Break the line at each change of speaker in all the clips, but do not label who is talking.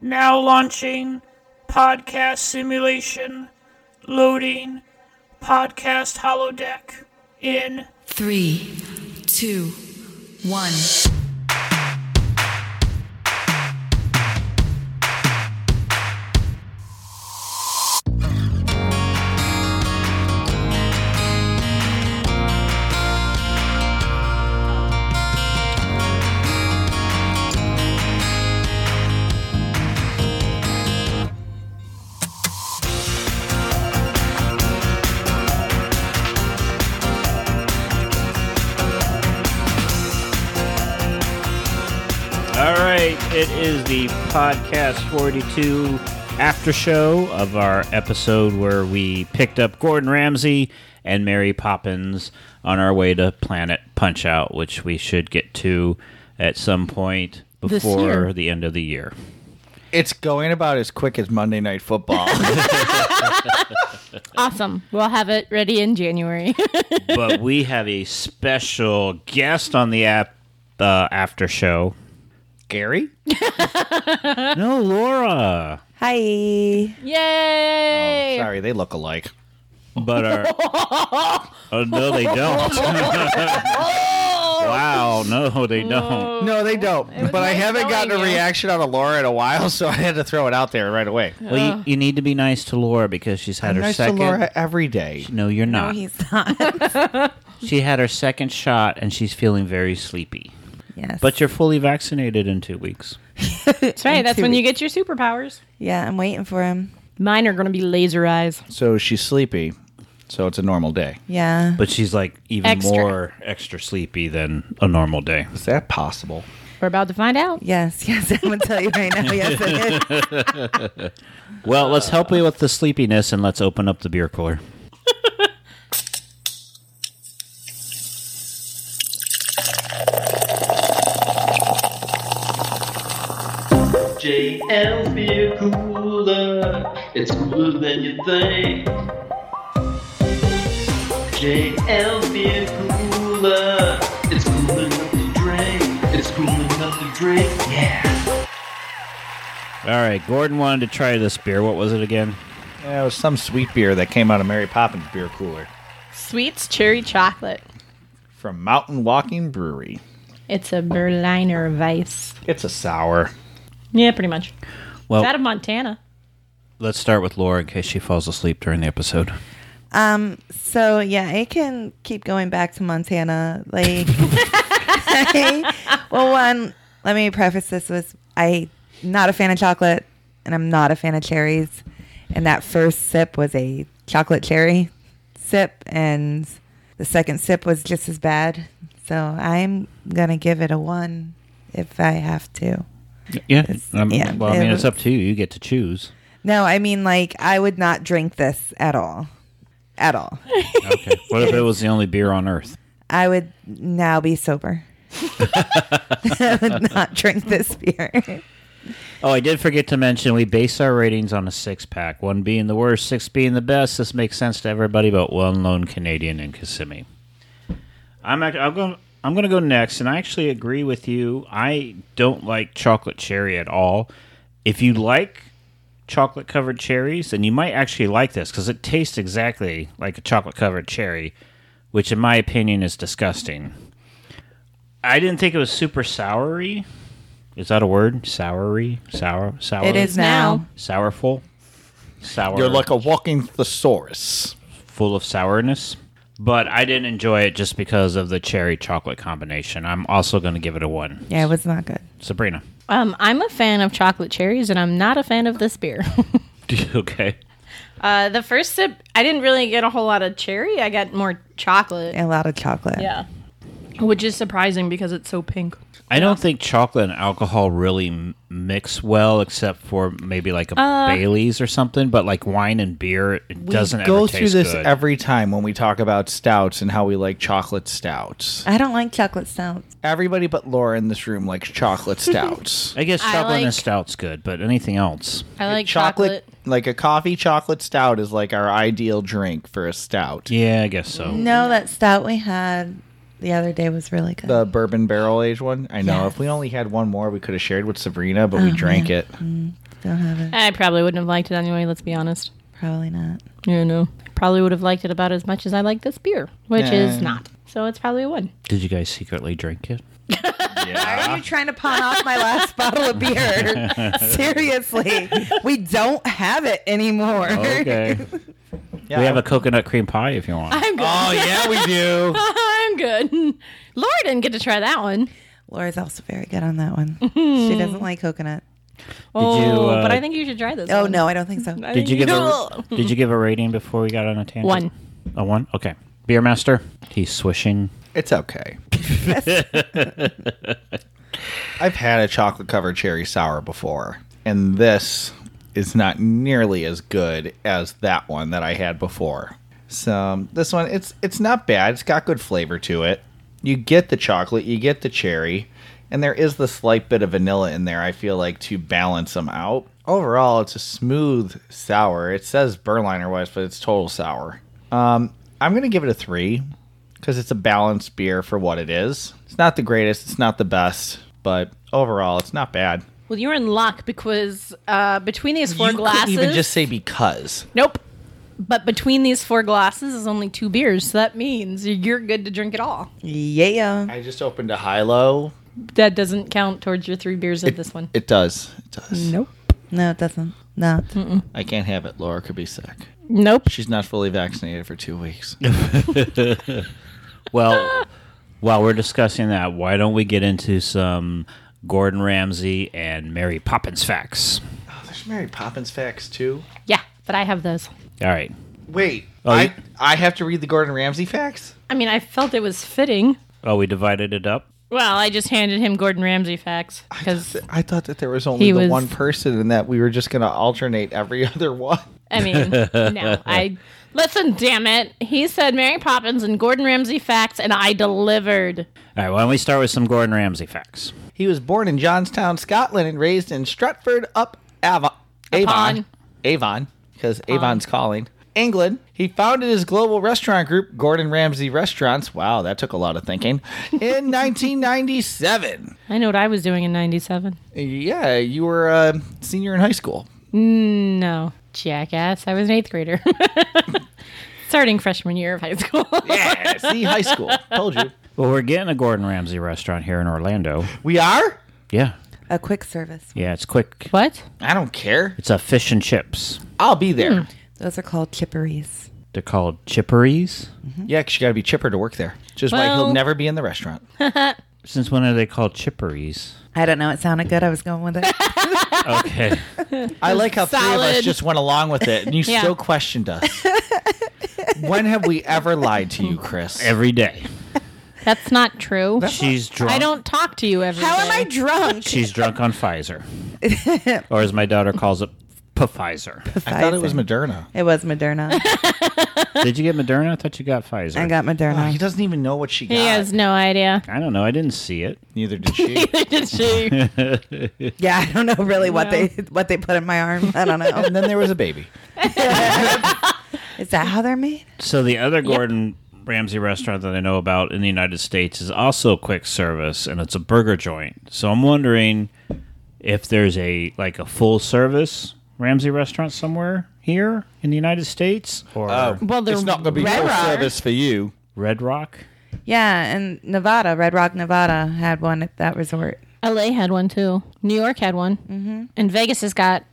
Now launching podcast simulation, loading podcast holodeck in
Three, two, one.
All right, it is the podcast 42 after show of our episode where we picked up Gordon Ramsay and Mary Poppins on our way to Planet Punch Out, which we should get to at some point
This
before
year.
the end of the year.
It's going about as quick as Monday Night Football.
Awesome. We'll have it ready in January.
but we have a special guest on the app uh, after show. Gary? no, Laura.
Hi.
Yay!
Oh, Sorry, they look alike.
But our oh no, they don't. wow, no, they don't.
No, they don't. But I
nice
haven't gotten a
knowing you.
reaction out of Laura in a while, so I had to throw it out there right away.
Well, you, you need to be nice to Laura because she's had her
nice
second.
to Laura every day.
No, you're
No,
not.
he's not.
she had her second shot and she's feeling very sleepy.
yes.
But you're fully vaccinated in two weeks.
That's right. That's when you get your superpowers.
yeah, I'm waiting for him.
Mine are going to be laser eyes.
So she's sleepy, so it's a normal day.
Yeah.
But she's like even
Extra.
more extra sleepy than a normal day.
Is that possible?
We're about to find out.
yes, yes, I'm gonna tell you right now. Yes, it is.
Well, let's help you with the sleepiness and let's open up the beer cooler.
JL Beer Cooler. It's cooler than you think. JL Beer Cooler. It's cool enough to drink. It's cool enough to drink. Yeah.
All right, Gordon wanted to try this beer. What was it again?
Yeah, it was some sweet beer that came out of Mary Poppins' beer cooler
Sweets cherry chocolate.
from Mountain Walking Brewery.
It's a Berliner Weiss.
It's a sour.
Yeah, pretty much.
Well,
It's out of Montana.
Let's start with Laura in case she falls asleep during the episode.
Um. So yeah, I can keep going back to Montana. Like, well, one. Let me preface this with I not a fan of chocolate, and I'm not a fan of cherries. And that first sip was a chocolate cherry sip, and the second sip was just as bad. So I'm gonna give it a one if I have to.
Yeah.
It's-
Um,
yeah,
well, I mean,
it
it's up to you. You get to choose.
No, I mean like I would not drink this at all. At all.
Okay. what if it was the only beer on earth?
I would now be sober. I would not drink this beer.
Oh, I did forget to mention we base our ratings on a six pack, one being the worst, six being the best. This makes sense to everybody but one lone Canadian in Kissimmee. I'm act- I'm going I'm going to go next, and I actually agree with you. I don't like chocolate cherry at all. If you like chocolate covered cherries, then you might actually like this because it tastes exactly like a chocolate covered cherry, which in my opinion is disgusting. I didn't think it was super soury. Is that a word? Soury, sour, sour.
It is now.
sourful, sour.
You're like a walking thesaurus.
full of sourness. But I didn't enjoy it just because of the cherry chocolate combination. I'm also going to give it a one.
Yeah, it was not good.
Sabrina.
Um, I'm a fan of chocolate cherries, and I'm not a fan of this beer.
okay.
uh, the first sip, I didn't really get a whole lot of cherry. I got more chocolate.
A lot of chocolate.
Yeah. Which is surprising because it's so pink.
I don't think chocolate and alcohol really m- mix well, except for maybe like a
Uh,
Bailey's or something. But like wine and beer, it doesn't
go
ever
through
taste
this
good.
every time when we talk about stouts and how we like chocolate stouts.
I don't like chocolate stouts.
Everybody but Laura in this room likes chocolate stouts.
I guess
I
chocolate and
like-
stout's good, but anything else?
I like chocolate.
like a coffee chocolate stout, is like our ideal drink for a stout.
Yeah, I guess so.
No, that stout we had the other day was really good.
The bourbon barrel aged one. I know.
Yes.
If we only had one more, we could have shared with Sabrina, but we drank it.
Don't have it.
I probably wouldn't have liked it anyway. Let's be honest.
Probably not.
You know, probably would have liked it about as much as I like this beer, which is
Yeah.
not. So it's probably a one.
Did you guys secretly drink it?
Why are you trying to pawn off my last bottle of beer? Seriously, we don't have it anymore.
Okay.
Yeah.
We have a coconut cream pie if you want.
I'm good.
Oh yeah, we do.
I'm good. Laura didn't get to try that one.
Laura's also very good on that one. she doesn't like coconut.
Oh,
uh,
but I think you should try this.
Oh
one.
no, I don't think so.
I
Did
think
you give a
will.
Did you give a rating before we got on a tangent?
One.
A one. Okay. Beer master. He's swishing.
It's okay. I've had a chocolate covered cherry sour before, and this is not nearly as good as that one that I had before. So um, this one, it's it's not bad. It's got good flavor to it. You get the chocolate, you get the cherry, and there is the slight bit of vanilla in there. I feel like to balance them out. Overall, it's a smooth sour. It says Berliner Weiss, but it's total sour. Um, I'm gonna give it a three because it's a balanced beer for what it is. It's not the greatest, it's not the best, but overall, it's not bad.
Well, you're in luck because uh, between these four glasses,
even just say because.
nope. But between these four glasses is only two beers, so that means you're good to drink it all.
Yeah.
I just opened a high low.
That doesn't count towards your three beers of this one.
It does. It does.
nope.
No, it doesn't. No.
I can't have it. Laura could be sick.
Nope.
She's not fully vaccinated for two weeks.
Well, while we're discussing that, why don't we get into some Gordon Ramsay and Mary Poppins facts?
There's Mary Poppins facts too.
Yeah, but I have those.
All right.
Wait,
Oh,
I
you-
I have to read the Gordon Ramsay facts.
I mean, I felt it was fitting.
Oh, we divided it up.
Well, I just handed him Gordon Ramsay facts because
I thought that there was only
He
the
was-
one person, and that we were just going to alternate every other one.
I mean, no, I listen. Damn it, he said Mary Poppins and Gordon Ramsay facts, and I delivered.
All right. Why don't we start with some Gordon Ramsay facts?
He was born in Johnstown, Scotland, and raised in Stratford up Avon. Avon. Avon, because Avon's calling. England. He founded his global restaurant group, Gordon Ramsay Restaurants. Wow, that took a lot of thinking. In 1997.
I know what I was doing in '97.
Yeah, you were a senior in high school.
No, jackass, I was an eighth grader, starting freshman year of high school.
Yeah, see, high school. Told you.
Well, we're getting a Gordon Ramsay restaurant here in Orlando.
We are?
Yeah.
A quick service.
Yeah. It's quick.
What?
I don't care.
It's a fish and chips.
I'll be there.
Those are called chipperies.
They're called chipperies.
Yeah, because you got to be chipper to work there. Just like
Well-
he'll never be in the restaurant.
Since when are they called chipperies?
I don't know. It sounded good. I was going with it.
Okay.
I like how three of us
Solid.
just went along with it, and you
Yeah.
still questioned us. when have we ever lied to you, Chris?
Every day.
That's not true.
She's drunk.
I don't talk to you every
How
day.
am I drunk?
She's drunk on Pfizer, or as my daughter calls it, Pfizer.
I thought it was Moderna.
It was Moderna.
Did you get Moderna? I thought you got Pfizer.
I got
He
Moderna.
doesn't even know what she got.
He has no idea.
I don't know. I didn't see it.
Neither did she.
Did she?
Yeah, I don't know really what they what they put in my arm. I don't know.
and then there was a baby.
Is that how they're made?
So the other Gordon Ramsay restaurant that I know about in the United States is also quick service, and it's a burger joint. So I'm wondering if there's a like a full service Ramsay restaurant somewhere here in the United States or
Well, they're
it's not going to be
red
full
rock.
service for you.
Red Rock.
Yeah, and Nevada, Red Rock, Nevada had one at that resort.
LA had one too. New York had one. Mm-hmm. And Vegas has got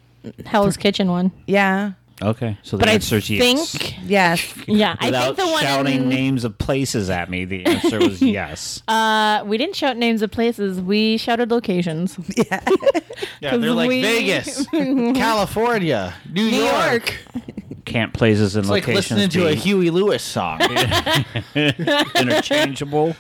Hell's Kitchen one.
Yeah.
Okay, so the
But I
answer is yes.
think,
Yes.
yeah, I
Without
think the one
shouting
in,
names of places at me, the answer was yes.
uh, we didn't shout names of places. We shouted locations.
Yeah, they're like
we-
Vegas, California, New, York.
Camp places and
It's like
locations
listening to a
being
Huey Lewis song.
interchangeable.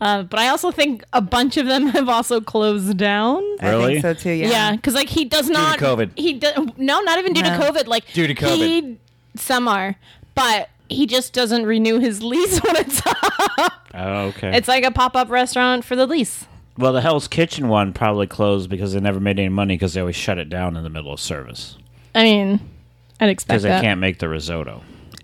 Uh, but I also think a bunch of them have also closed down.
Really?
I think so too, yeah.
Yeah, because like he does not.
COVID.
He do, no, not even due
No.
to COVID. Like
Due to COVID.
He, some are, but he just doesn't renew his lease when it's up.
Oh, okay.
It's like a pop up restaurant for the lease.
Well, the Hell's Kitchen one probably closed because they never made any money because they always shut it down in the middle of service
I mean, I'd expect
because they
that.
can't make the risotto.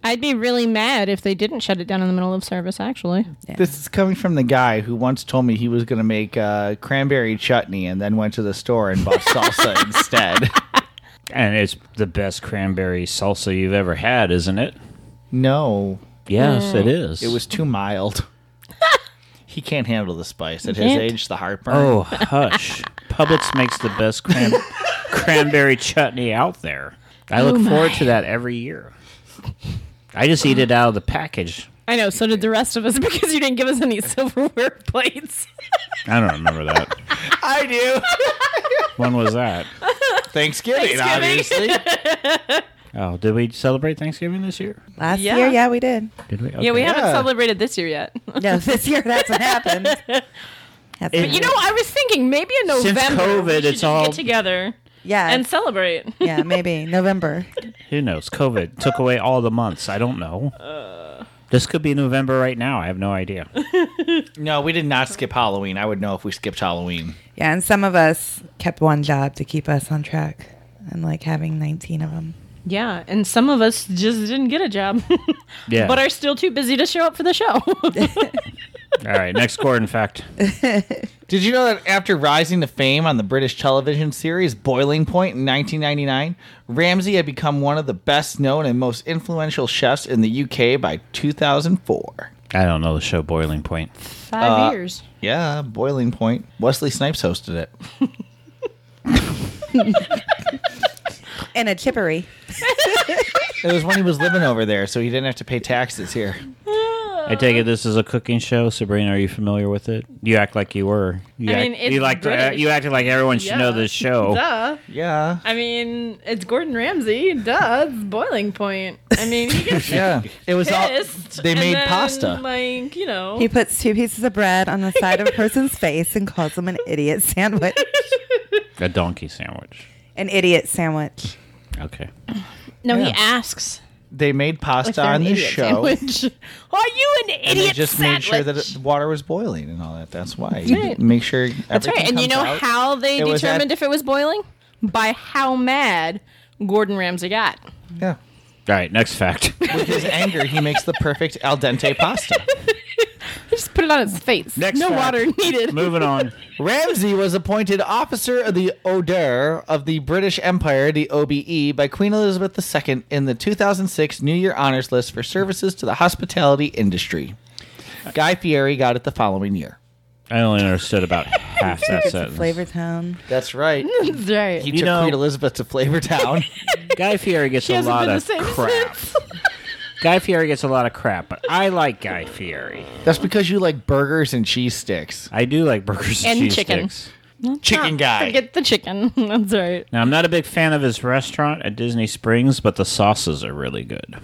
I'd be really mad if they didn't shut it down in the middle of service, actually.
This is coming from the guy who once told me he was going to make uh, cranberry chutney and then went to the store and bought salsa instead.
And it's the best cranberry salsa you've ever had, isn't it?
No,
Yes, it is.
Mm. it was too mild. he can't handle the spice. At his
Can't?
age, the heartburn.
Oh, hush. Publix makes the best cran- cranberry chutney out there. I
Oh
look forward to that every year. I just eat it out of the package.
I know, so did the rest of us because you didn't give us any silverware plates.
I don't remember that.
I do.
When was that?
Thanksgiving, obviously.
Oh, did we celebrate Thanksgiving this year?
Last
Yeah.
year, yeah, we did.
Did we?
Yeah, we
Okay.
haven't
Yeah.
celebrated this year yet.
No, this year that's what happened. That's what
You know, I was thinking maybe in
Since
November
COVID,
we should
it's
just
all-
get together
yeah,
and celebrate.
yeah, maybe November.
Who knows? COVID took away all the months. I don't know.
Uh.
This could be November right now. I have no idea.
No, we did not skip Halloween. I would know if we skipped Halloween.
Yeah, and some of us kept one job to keep us on track, and like having 19 of them.
Yeah, and some of us just didn't get a job.
Yeah.
But are still too busy to show up for the show.
All right, next Gordon fact.
Did you know that after rising to fame on the British television series Boiling Point in 1999, Ramsay had become one of the best known and most influential chefs in the UK by 2004?
I don't know the show Boiling Point.
Uh,
Five years.
Yeah, Boiling Point. Wesley Snipes hosted it.
And a chippery.
It was when he was living over there, so he didn't have to pay taxes here.
I take it this is a cooking show. Sabrina, are you familiar with it? You act like you were. You
I
act,
mean, it's
you like uh,
British.
you acted like everyone should know
Yeah.
this
oh.
show.
Duh.
Yeah.
I mean, it's Gordon Ramsay. Duh. It's boiling point. I mean, he gets
Yeah. It was all
pissed.
they
and
made
then,
pasta.
Like, you know.
He puts two pieces of bread on the side of a person's face and calls them an idiot sandwich.
A donkey sandwich.
An idiot sandwich.
Okay.
no,
yeah.
he asks.
they made pasta
they're
on
an
the
idiot
show.
Sandwich. Are you an
And
idiot
they just made
sandwich?
sure that it, water was boiling and all that. That's why. You
right.
Make sure
That's right. And you know how they
It was at-
determined if it was boiling? By how mad Gordon Ramsay got.
Yeah.
All right, next fact.
With his anger, he makes the perfect al dente pasta.
Just put it on his face.
Next
no
fact.
water needed.
Moving on.
Ramsay was appointed officer of the Order of the British Empire, the OBE, by Queen Elizabeth II in the 2006 New Year Honors List for services to the hospitality industry. Guy Fieri got it the following year.
I only understood about half that sentence.
Flavor Town.
That's right.
That's right.
He
You
took
know-
Queen Elizabeth to Flavortown.
Guy Fieri gets a
hasn't
lot
been
of
the same
crap. Guy Fieri gets a lot of crap, but I like Guy Fieri.
That's because you like burgers and cheese sticks.
I do like burgers and,
And
cheese
chicken.
sticks.
Chicken guy.
Forget the chicken. That's right.
Now I'm not a big fan of his restaurant at Disney Springs, but the sauces are really good.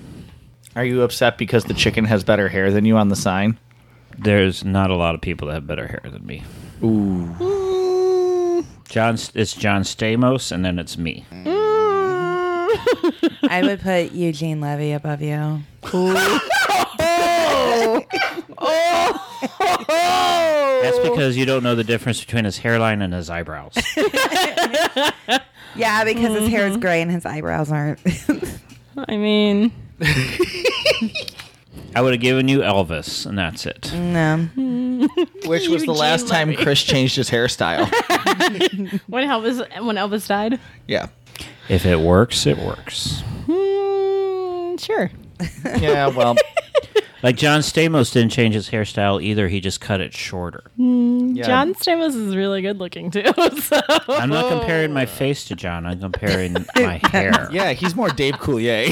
Are you upset because the chicken has better hair than you on the sign?
There's not a lot of people that have better hair than me.
Mm.
Ooh. John, it's John Stamos, and then it's me.
I would put Eugene Levy above you.
That's because you don't know the difference between his hairline and his eyebrows.
Yeah, because his hair is gray and his eyebrows aren't.
I mean,
I would have given you Elvis, and that's it.
Mm.
no.
Which was the last time Chris changed his hairstyle.
when Elvis when Elvis died.
yeah.
If it works, it works.
Hmm, sure.
Yeah, well,
Like John Stamos didn't change his hairstyle either; he just cut it shorter.
yeah.
Uh,
John Stamos is really good looking too. So
I'm not comparing my face to John. I'm comparing my hair.
Yeah, he's more Dave Coulier.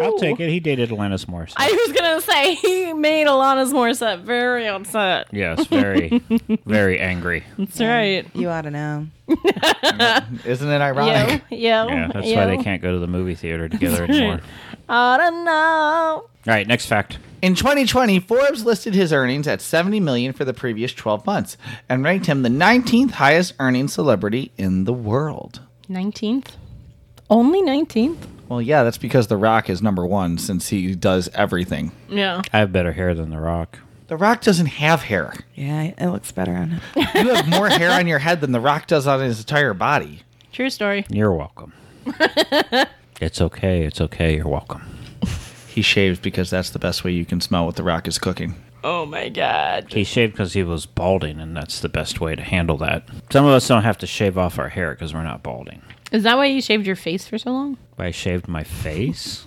I'll take it. He dated Alanis Morissette.
I was gonna say he made Alanis Morissette very upset.
yes, very, very angry.
That's right.
You ought to know.
Isn't it
Yo,
ironic?
yo,
Yeah, that's
yo.
why they can't go to the movie theater together anymore. All
I don't know.
right, next fact.
In 2020, Forbes listed his earnings at 70 million for the previous 12 months and ranked him the 19th highest earning celebrity in the world.
Nineteenth, only nineteenth.
Well, yeah, that's because The Rock is number 1 since he does everything.
Yeah.
I have better hair than The Rock.
The Rock doesn't have hair.
Yeah, it looks better on him.
You have more hair on your head than The Rock does on his entire body.
True story.
You're welcome. It's okay. It's okay. You're welcome.
He shaves because that's the best way you can smell what the rock is cooking.
Oh my god.
He shaved because he was balding, and that's the best way to handle that. Some of us don't have to shave off our hair because we're not balding.
Is that why you shaved your face for so long?
I shaved my face.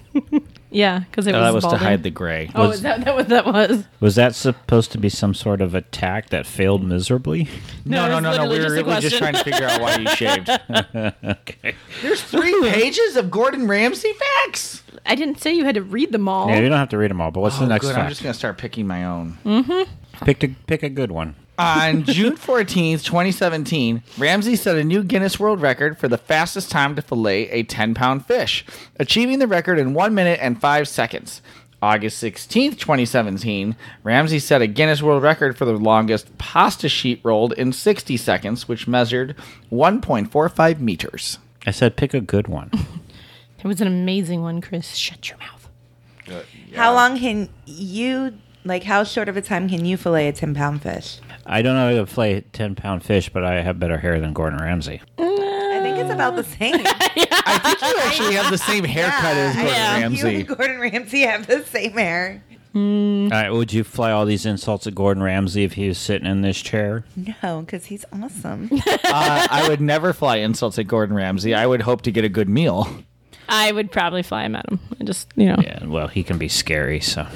Yeah, because it
No,
was,
that was
balding.
to hide the gray.
Oh, is that, that what that was?
Was that supposed to be some sort of attack that failed miserably?
No, it's literally
We were really just
just a question.
trying to figure out why you shaved.
okay.
Three pages of Gordon Ramsay facts.
I didn't say you had to read them all.
Yeah, you don't have to read them all. But
Oh,
what's the next
Oh, good. I'm
fact?
just gonna start picking my own.
Pick a pick a good one.
On June 14th, 2017, Ramsey set a new Guinness World Record for the fastest time to fillet a 10 pound fish, achieving the record in 1 minute and 5 seconds. August 16th, 2017, Ramsey set a Guinness World Record for the longest pasta sheet rolled in 60 seconds, which measured 1.45 meters.
I said pick a good one.
It was an amazing one, Chris. Shut your mouth.
How long can you like? How short of a time can you fillet a ten pound fish?
I don't know how to play ten pound fish, but I have better hair than Gordon Ramsay.
I think it's about the same.
I think you actually have the same haircut as Gordon
Yeah.
You
Ramsay.
and Gordon Ramsay have the same hair.
All
Mm-hmm.
right, would you fly all these insults at Gordon Ramsay if he was sitting in this chair?
Mm-hmm.
No, because he's awesome.
Uh, I would never fly insults at Gordon Ramsay. I would hope to get a good meal.
I would probably fly him at him. I just, you know.
Yeah, well, he can be scary, so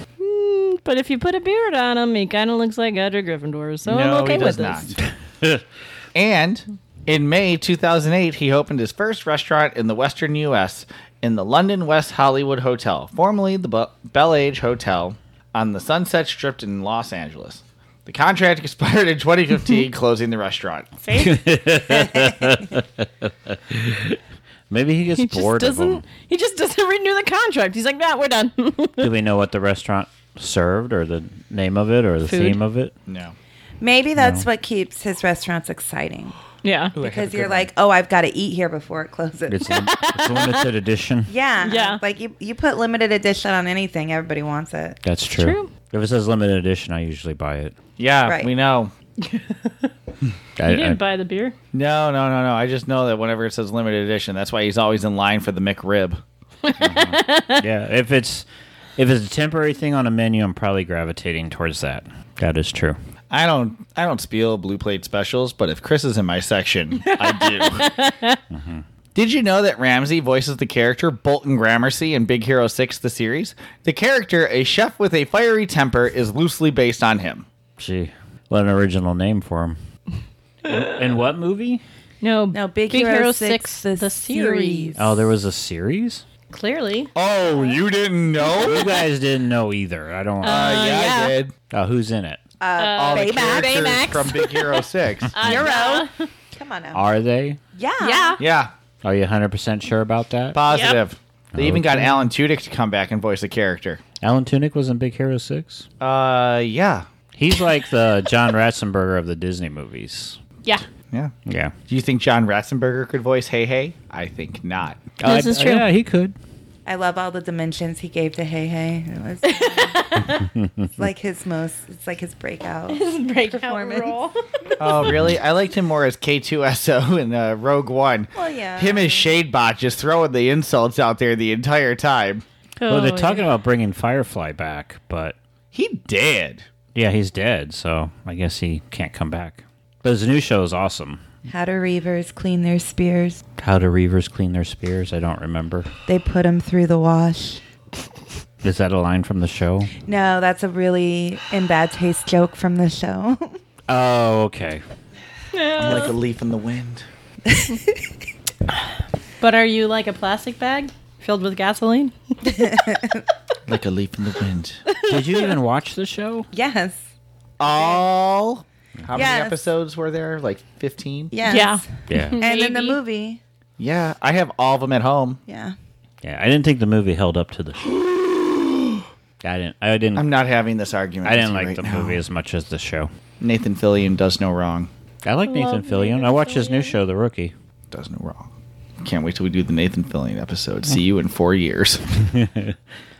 But if you put a beard on him, he kind of looks like Edgar Gryffindor, so I'm okay with this.
and in May 2008, he opened his first restaurant in the Western U.S. in the London West Hollywood Hotel, formerly the Be- Bel Age Hotel, on the Sunset Strip in Los Angeles. The contract expired in 2015, closing the restaurant.
maybe he gets
He just
bored of them.
doesn't. He just doesn't renew the contract. He's like, nah, we're done.
Do we know what the restaurant served, or the name of it, or the
Food.
theme of it?
No.
Maybe that's what keeps his restaurants exciting
yeah.
because you're like, oh, I've got to eat here before it closes.
It's, lim- it's limited edition.
yeah,
Yeah.
Like you, you put limited edition on anything, everybody wants it.
That's true.
True.
If it says limited edition, I usually buy it.
Yeah,
Right.
we know.
I,
He didn't
I-
buy the beer.
No, no, no, no. I just know that whenever it says limited edition, that's why he's always in line for the McRib.
yeah, if it's if it's a temporary thing on a menu, I'm probably gravitating towards that. That is true.
I don't, I don't spiel blue plate specials, but if Chris is in my section, I do. Mm-hmm. Did you know that Ramsey voices the character Bolton Gramercy in Big Hero 6, the series? The character, a chef with a fiery temper, is loosely based on him.
Gee, what an original name for him. In what movie?
No,
No, Big, Hero, Six, the, series.
Oh, there was a series.
Clearly,
Oh, you didn't know?
You guys didn't know either. I don't. Uh,
Uh, yeah, Uh,
yeah.
I did.
who's in it?
All the
Baymax.
characters
Baymax.
from Big Hero 6.
Euro.
Come on now.
Are they?
Yeah,
Uh, Yeah.
yeah,
Are you 100 percent sure about that?
positive. They even got
Okay.
Alan Tudyk to come back and voice a character.
Alan Tunick was in Big Hero Six.
Uh, yeah,
He's like the John Ratzenberger of the Disney movies.
Yeah.
yeah.
Yeah,
Do you think John Ratzenberger could voice Hey Hey? I think not.
This is true.
Oh, Yeah, he could.
I love all the dimensions he gave to Hey Hey. It was it's like his most. It's like his breakout.
Breakout
Performance.
role.
Oh, really? I liked him more as K2SO in uh, Rogue One.
Well, yeah.
Him as Shadebot just throwing the insults out there the entire time.
Well, they're
Oh,
talking about bringing Firefly back, but
He did.
yeah, he's dead, so I guess he can't come back. But his new show is awesome.
How do reavers clean their spears?
How do reavers clean their spears? I don't remember.
They put them through the wash.
Is that a line from the show?
No, that's a really in bad taste joke from the show.
Oh, okay.
I'm like a leaf in the wind.
But are you like a plastic bag filled with gasoline?
Like a leaf in the wind.
Did you even watch the show?
yes.
All. How many
Yes.
episodes were there? Like 15?
Yes.
Yeah.
Yeah.
And in the
Maybe.
movie.
Yeah, I have all of them at home.
Yeah.
Yeah, I didn't think the movie held up to the show. I didn't. I didn't.
I'm not having this argument.
I
with
didn't
you
like
right
the
now.
movie as much as the show.
Nathan Fillion does no wrong.
I like Nathan Fillion. I watch his new show, The Rookie.
Does no wrong. Can't wait till we do the Nathan Fillion episode. See you in four years.
All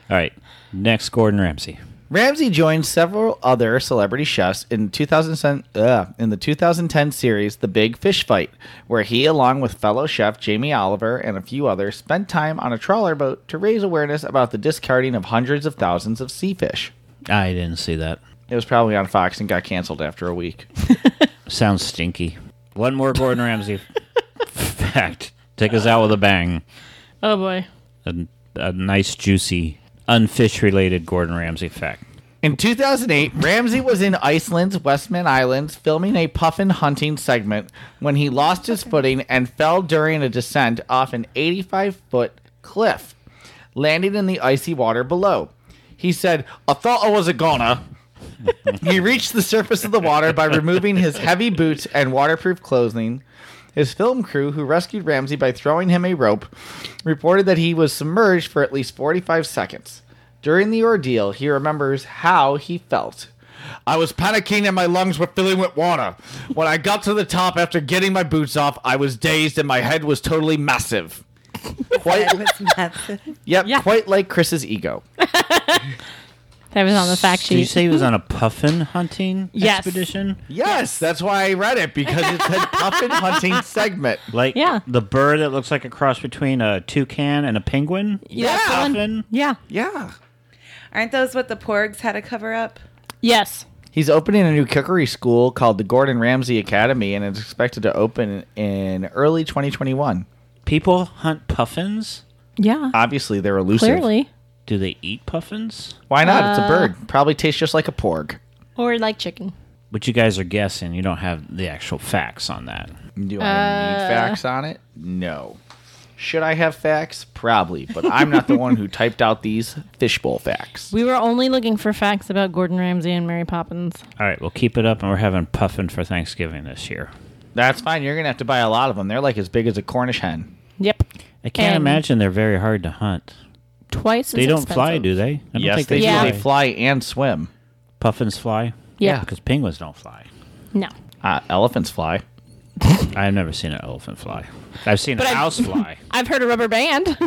right, next Gordon Ramsay.
Ramsey joined several other celebrity chefs in 2010, uh, in the 2010 series The Big Fish Fight, where he, along with fellow chef Jamie Oliver and a few others, spent time on a trawler boat to raise awareness about the discarding of hundreds of thousands of sea fish.
I didn't see that.
It was probably on Fox and got canceled after a week.
Sounds stinky. One more Gordon Ramsay fact. Take us out with a bang.
Oh boy.
A, a nice, juicy, unfish related Gordon Ramsay fact.
In 2008, Ramsey was in Iceland's Westman Islands filming a puffin hunting segment when he lost his footing and fell during a descent off an 85 foot cliff, landing in the icy water below. He said, I thought I was a goner. he reached the surface of the water by removing his heavy boots and waterproof clothing. His film crew, who rescued Ramsey by throwing him a rope, reported that he was submerged for at least 45 seconds. During the ordeal, he remembers how he felt. I was panicking and my lungs were filling with water. When I got to the top after getting my boots off, I was dazed and my head was totally massive. Quite, yep,
Yeah.
quite like Chris's ego.
That was on the fact
Did you
sheet.
say he was on a puffin hunting
Yes.
expedition?
Yes, that's why I read it because it said puffin hunting segment.
Like
Yeah.
the bird that looks like a cross between a toucan and a penguin?
Yes,
Yeah.
Ellen.
Puffin?
Yeah.
Yeah.
Aren't those what the porgs had to cover up?
Yes.
He's opening a new cookery school called the Gordon Ramsay Academy, and it's expected to open in early 2021.
People hunt puffins?
Yeah.
Ah,
Obviously, they're elusive.
Clearly. Uh,
Do they eat puffins?
Why not? it's a bird. Probably tastes just like a porg.
Or like chicken.
But you guys are guessing. You don't have the actual facts on that.
Do I
uh,
need facts on it? No. Should I have facts? Probably, but I'm not the one who typed out these fishbowl facts.
We were only looking for facts about Gordon Ramsay and Mary Poppins.
All right, we'll keep it up, and we're having puffin for Thanksgiving this year.
That's fine. You're going to have to buy a lot of them. They're like as big as a Cornish hen.
Yep.
I can't
And-
imagine they're very hard to hunt.
Twice as
They don't
expensive.
fly, do they? I don't
Yes, they, do.
Yeah.
They fly and swim.
Puffins fly?
Yeah.
Because penguins don't fly.
No.
Uh, elephants fly.
I've never seen an elephant fly. I've seen
But
a
I've-
house fly.
I've heard a rubber band.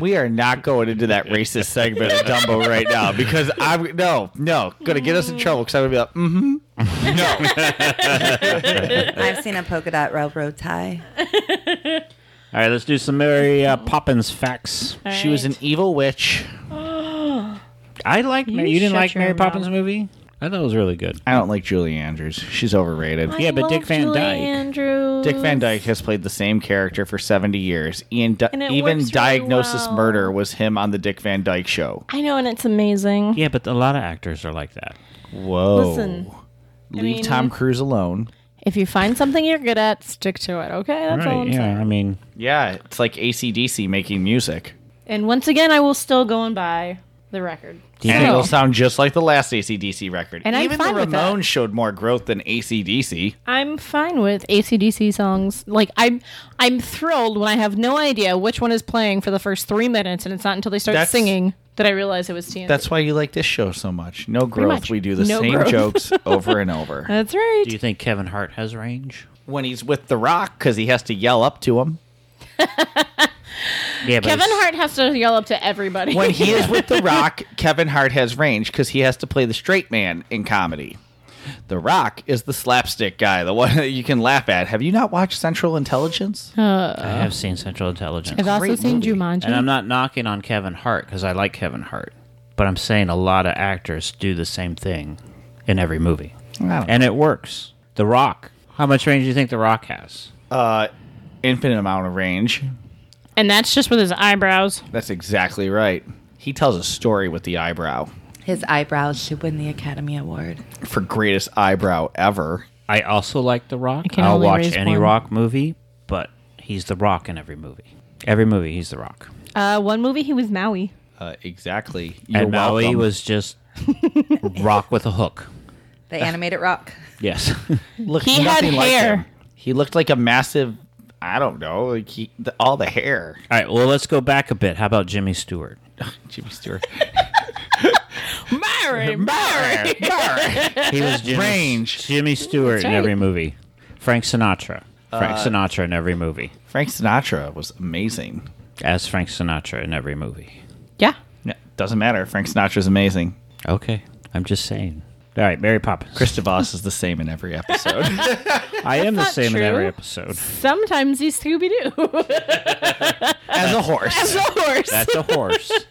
We are not going into that racist segment of Dumbo right now because I'm no, no, gonna get us in trouble because I'm gonna be like, mm-hmm, no.
I've seen a polka dot railroad tie.
All right, let's do some Mary uh, Poppins facts.
She was an evil witch.
I like you,
You
you didn't
shut
like
your
Mary
mouth.
Poppins movie. I thought it was really good.
I don't like Julie Andrews. She's overrated.
Yeah, but Dick Van Dyke.
Andrews.
Dick Van Dyke has played the same character for 70 years. Ian Di-
And it
even
works really
Diagnosis
well.
Murder was him on the Dick Van Dyke show.
I know, and it's amazing.
Yeah, but a lot of actors are like that.
Whoa.
Listen,
Leave
mean-
Tom Cruise alone.
If you find something you're good at, stick to it. Okay, that's all I'm
yeah,
saying.
I mean,
Yeah, it's like ACDC making music.
And once again, I will still go and buy the record.
And
So-
it'll sound just like the last ACDC record.
And I'm
Even
fine
the
with that.
Ramones showed more growth than ACDC.
I'm fine with ACDC songs. Like I'm, I'm thrilled when I have no idea which one is playing for the first three minutes, and it's not until they start
That's-
singing that I realize it was TNT.
That's why you like this show so much. No growth.
much.
We do the
No
same
growth.
jokes over and over.
That's right.
do you think Kevin Hart has range?
When he's with The Rock, because he has to yell up to him.
Yeah, but
Kevin
it's-
Hart has to yell up to everybody.
When he is with The Rock, Kevin Hart has range because he has to play the straight man in comedy. The Rock is the slapstick guy, the one that you can laugh at. Have you not watched Central Intelligence?
I have seen Central Intelligence,
I've also
great
seen
movie.
Jumanji.
and I'm not knocking on Kevin Hart because I like Kevin Hart, but I'm saying a lot of actors do the same thing in every movie,
know.
and it works. The Rock. How much range do you think The Rock has?
Uh, infinite amount of range.
and that's just with his eyebrows.
That's exactly right. He tells a story with the eyebrow
His eyebrows should win the Academy Award.
for greatest eyebrow ever.
I also like The Rock.
can
I'll
only
watch
raise
any
one.
Rock movie, but he's The Rock in every movie. Every movie, he's The Rock.
Uh, one movie he was Maui.
Uh, exactly. You're
and Maui
welcome.
was just Rock with a hook.
The animated rock.
Yes.
looked
He had
nothing like
hair.
him. He looked like a massive. I don't know. Like he, the, all the hair.
All right. Well, let's go back a bit. How about Jimmy Stewart?
Jimmy Stewart.
Maui, Maui.
He was Jimmy,
Range.
Jimmy Stewart in
right.
every movie. Frank Sinatra. Frank Sinatra in every movie.
Frank Sinatra was amazing.
As Frank Sinatra in every movie.
Yeah.
No, Doesn't matter. Frank Sinatra's amazing.
Okay. I'm just saying. All right, Mary Poppins.
Chris DeVos is the same in every episode.
I am the
That's not
same in every
true.
episode.
Sometimes he's Scooby Doo.
As a horse.
As a horse.
That's a horse.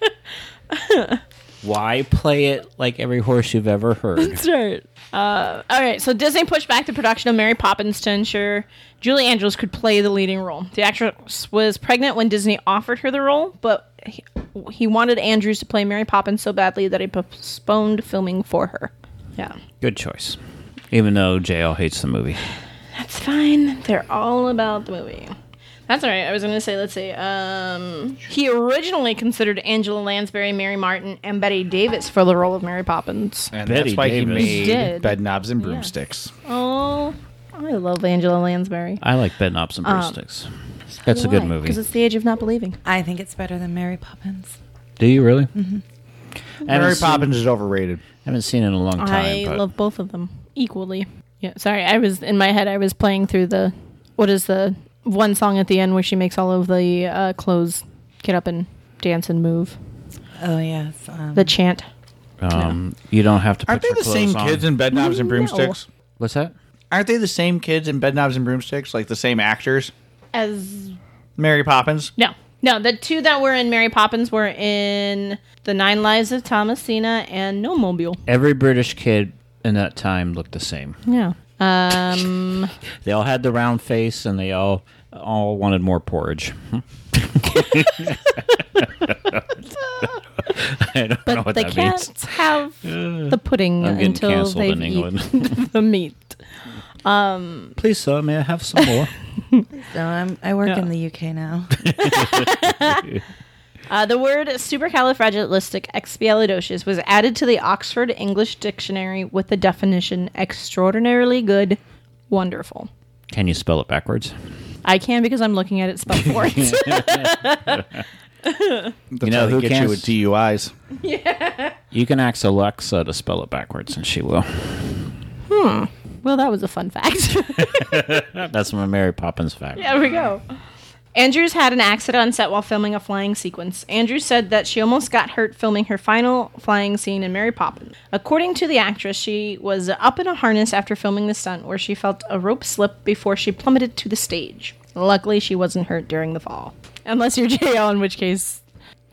Why play it like every horse you've ever heard?
That's right. Uh, all right. So Disney pushed back the production of Mary Poppins to ensure Julie Andrews could play the leading role. The actress was pregnant when Disney offered her the role, but he, he wanted Andrews to play Mary Poppins so badly that he postponed filming for her. Yeah,
Good choice. Even though JL hates the movie.
that's fine. They're all about the movie. That's all right. I was gonna say, let's see. Um, he originally considered Angela Lansbury, Mary Martin, and Betty Davis for the role of Mary Poppins.
And
Betty
that's why
Davis.
he
He
made
did.
bed knobs and broomsticks.
Oh, I love Angela Lansbury.
I like Ben Ops
Um,
and Broomsticks. That's a good
Because
movie.
it's the age of not believing.
I think it's better than Mary Poppins.
Do you really? Mm-hmm.
Mary Poppins is overrated.
haven't seen it in a long time.
I
but
love both of them equally. Yeah, sorry. I was in my head. I was playing through the what is the one song at the end where she makes all of the uh, clothes get up and dance and move.
Oh yes. Um,
The chant.
um, you don't have to.
Aren't
put
they
your
the same
clothes on.
kids in bed knobs and
No.
broomsticks?
What's that?
Aren't they the same kids in bed knobs and broomsticks? Like the same actors?
As
Mary Poppins?
no, no, the two that were in Mary Poppins were in the Nine Lives of Thomasina and No Mobile.
Every British kid in that time looked the same.
Yeah. Um.
They all had the round face, and they all all wanted more porridge. I don't know
but
what
the
that
cats
means.
have the pudding
I'm getting
until
canceled
they
in
eat
England.
the meat.
Please, sir, may I have some more?
no, I'm, I work in the UK now.
Uh, the word supercalifragilisticexpialidocious was added to the Oxford English Dictionary with the definition extraordinarily good, wonderful.
Can you spell it backwards?
I can because I'm looking at it spelled for it.
That's
You know
how they
who
get
can-
you with DUIs.
You can ask Alexa to spell it backwards, and she will.
well, that was a fun fact.
That's my Mary Poppins fact.
there we go. Andrews had an accident on set while filming a flying sequence. Andrews said that she almost got hurt filming her final flying scene in Mary Poppins. According to the actress, she was up in a harness after filming the stunt where she felt a rope slip before she plummeted to the stage. Luckily, she wasn't hurt during the fall. Unless you're JL, in which case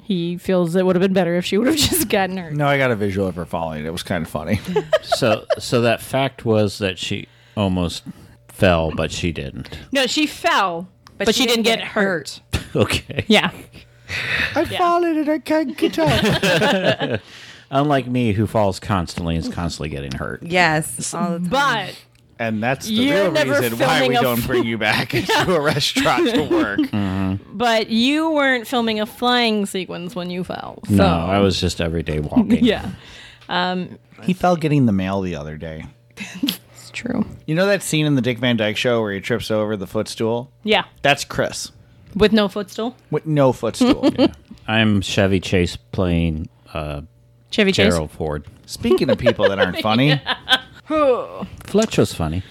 he feels it would have been better if she would have just gotten hurt.
No, I got a visual of her falling. It was kind of funny.
So, so that fact was that she almost fell, but she didn't.
No, she fell, but, she, didn't, get, hurt.
Okay.
Yeah.
I'm falling and I can't get up.
Unlike me, who falls constantly and is constantly getting hurt.
yes, all the time.
But
and that's the
You're
real
never
reason why
filming
we
a
don't bring you back to a restaurant to work.
but you weren't filming a flying sequence when you fell. So.
No, Uh, I was just everyday walking.
Yeah,
he fell getting the mail the other day.
it's true.
You know that scene in the Dick Van Dyke show where he trips over the footstool?
Yeah,
That's Chris
with no footstool.
with no footstool.
I'm Chevy Chase playing uh,
Chevy Chase.
Gerald Ford.
Speaking of people that aren't funny,
Fletcher's funny.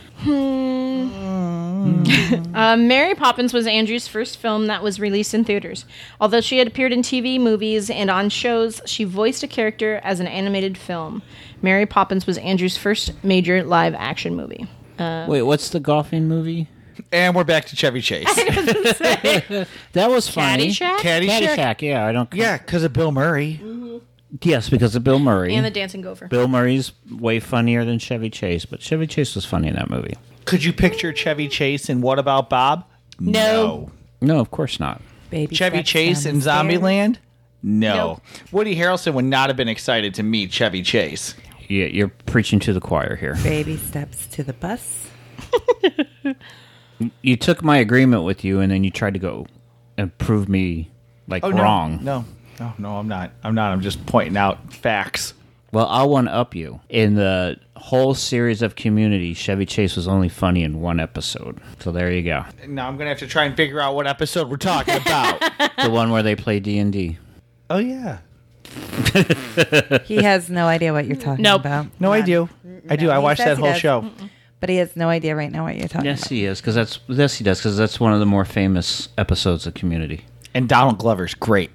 Uh, Mary Poppins was Andrew's first film that was released in theaters. Although she had appeared in TV, movies, and on shows, she voiced a character as an animated film. Mary Poppins was Andrew's first major live action movie.
Wait, what's the golfing movie?
and we're back to Chevy Chase.
That was funny.
Caddyshack
Caddyshack.
Caddyshack, yeah, I don't.
Yeah, because of Bill Murray.
Yes, because of Bill Murray.
and the Dancing Gopher.
Bill Murray's way funnier than Chevy Chase, but Chevy Chase was funny in that movie.
Could you picture Chevy Chase in What About Bob? No.
No, of course not.
Baby
Chevy
steps
Chase
down
in
the stairs.
Zombieland? No.
Nope.
Woody Harrelson would not have been excited to meet Chevy Chase.
Yeah, you're preaching to the choir here.
Baby steps to the bus.
You took my agreement with you, and then you tried to go and prove me like
Oh, no.
wrong.
No. No, no, I'm not. I'm not. I'm just pointing out facts.
Well, I'll one up you. In the whole series of Community, Chevy Chase was only funny in one episode. So there you go.
Now I'm going to have to try and figure out what episode we're talking about.
the one where they play D and D.
oh, yeah.
He has no idea what you're talking
Nope.
about.
No, I do. I do. I
he
watched
says
that
he
whole
does.
show.
But he has no idea right now what you're talking
Yes,
about.
he is because that's yes he does because that's one of the more famous episodes of Community.
And Donald Glover's great.